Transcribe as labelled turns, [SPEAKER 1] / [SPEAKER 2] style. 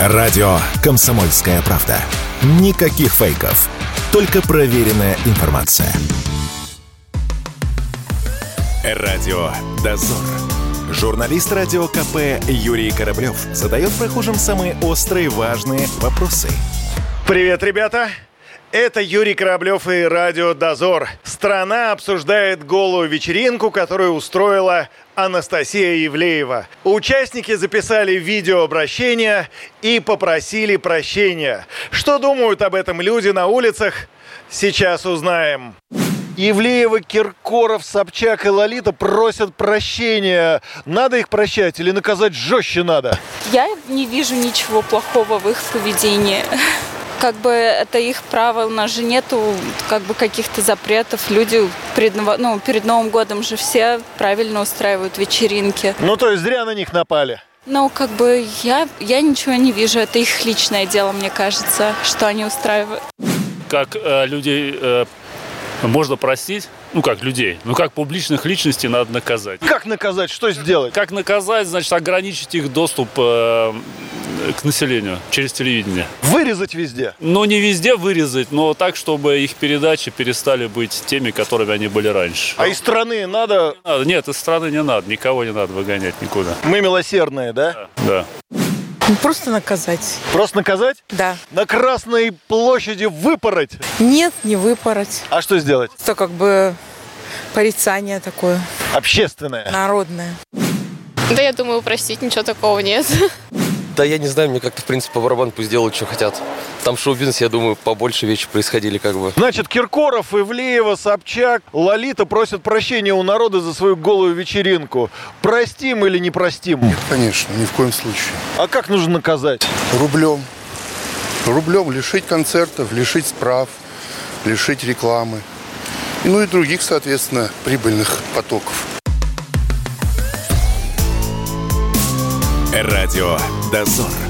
[SPEAKER 1] Радио «Комсомольская правда». Никаких фейков. Только проверенная информация. Радио «Дозор». Журналист радио КП Юрий Кораблев задает прохожим самые острые важные вопросы.
[SPEAKER 2] Привет, ребята! Это Юрий Кораблев и Радио Дозор. Страна обсуждает голую вечеринку, которую устроила Анастасия Евлеева. Участники записали видеообращение и попросили прощения. Что думают об этом люди на улицах, сейчас узнаем. Евлеева, Киркоров, Собчак и Лолита просят прощения. Надо их прощать или наказать жестче надо?
[SPEAKER 3] Я не вижу ничего плохого в их поведении. Как бы это их право, у нас же нету как бы каких-то запретов. Люди перед, Ново- ну, перед Новым годом же все правильно устраивают вечеринки.
[SPEAKER 2] Ну, то есть зря на них напали.
[SPEAKER 3] Но как бы я, я ничего не вижу, это их личное дело, мне кажется, что они устраивают.
[SPEAKER 4] как э, людей э, можно простить, ну как людей, ну как публичных личностей надо наказать.
[SPEAKER 2] Как наказать? Что сделать?
[SPEAKER 4] Как наказать, значит, ограничить их доступ э, к населению через телевидение.
[SPEAKER 2] Вырезать везде.
[SPEAKER 4] Но не везде вырезать, но так, чтобы их передачи перестали быть теми, которыми они были раньше.
[SPEAKER 2] А из страны надо...
[SPEAKER 4] Не надо, нет, из страны не надо, никого не надо выгонять никуда.
[SPEAKER 2] Мы милосердные, да?
[SPEAKER 4] Да.
[SPEAKER 5] Ну, Просто наказать.
[SPEAKER 2] Просто наказать?
[SPEAKER 5] Да.
[SPEAKER 2] На Красной площади выпороть?
[SPEAKER 5] Нет, не выпороть.
[SPEAKER 2] А что сделать?
[SPEAKER 5] Это как бы порицание такое
[SPEAKER 2] Общественное.
[SPEAKER 5] народное.
[SPEAKER 6] Да, я думаю, простить ничего такого нет.
[SPEAKER 7] Да я не знаю, мне как-то, в принципе, по барабану пусть делают, что хотят. Там в шоу-бизнесе, я думаю, побольше вещи происходили как бы.
[SPEAKER 2] Значит, Киркоров, Ивлеева, Собчак, Лолита просят прощения у народа за свою голую вечеринку. Простим или не простим?
[SPEAKER 8] Конечно, ни в коем случае.
[SPEAKER 2] А как нужно наказать?
[SPEAKER 8] Рублем. Рублем лишить концертов, лишить прав, лишить рекламы. Ну и других, соответственно, прибыльных потоков.
[SPEAKER 1] Радио «Дозор».